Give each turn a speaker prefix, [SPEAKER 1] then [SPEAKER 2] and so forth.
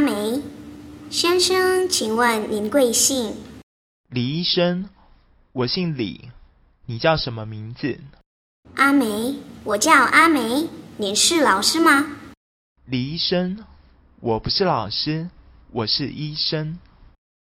[SPEAKER 1] 梅先生，请问您贵姓？
[SPEAKER 2] 李医生，我姓李，你叫什么名字？
[SPEAKER 1] 阿梅，我叫阿梅，您是老师吗？
[SPEAKER 2] 李医生，我不是老师，我是医生。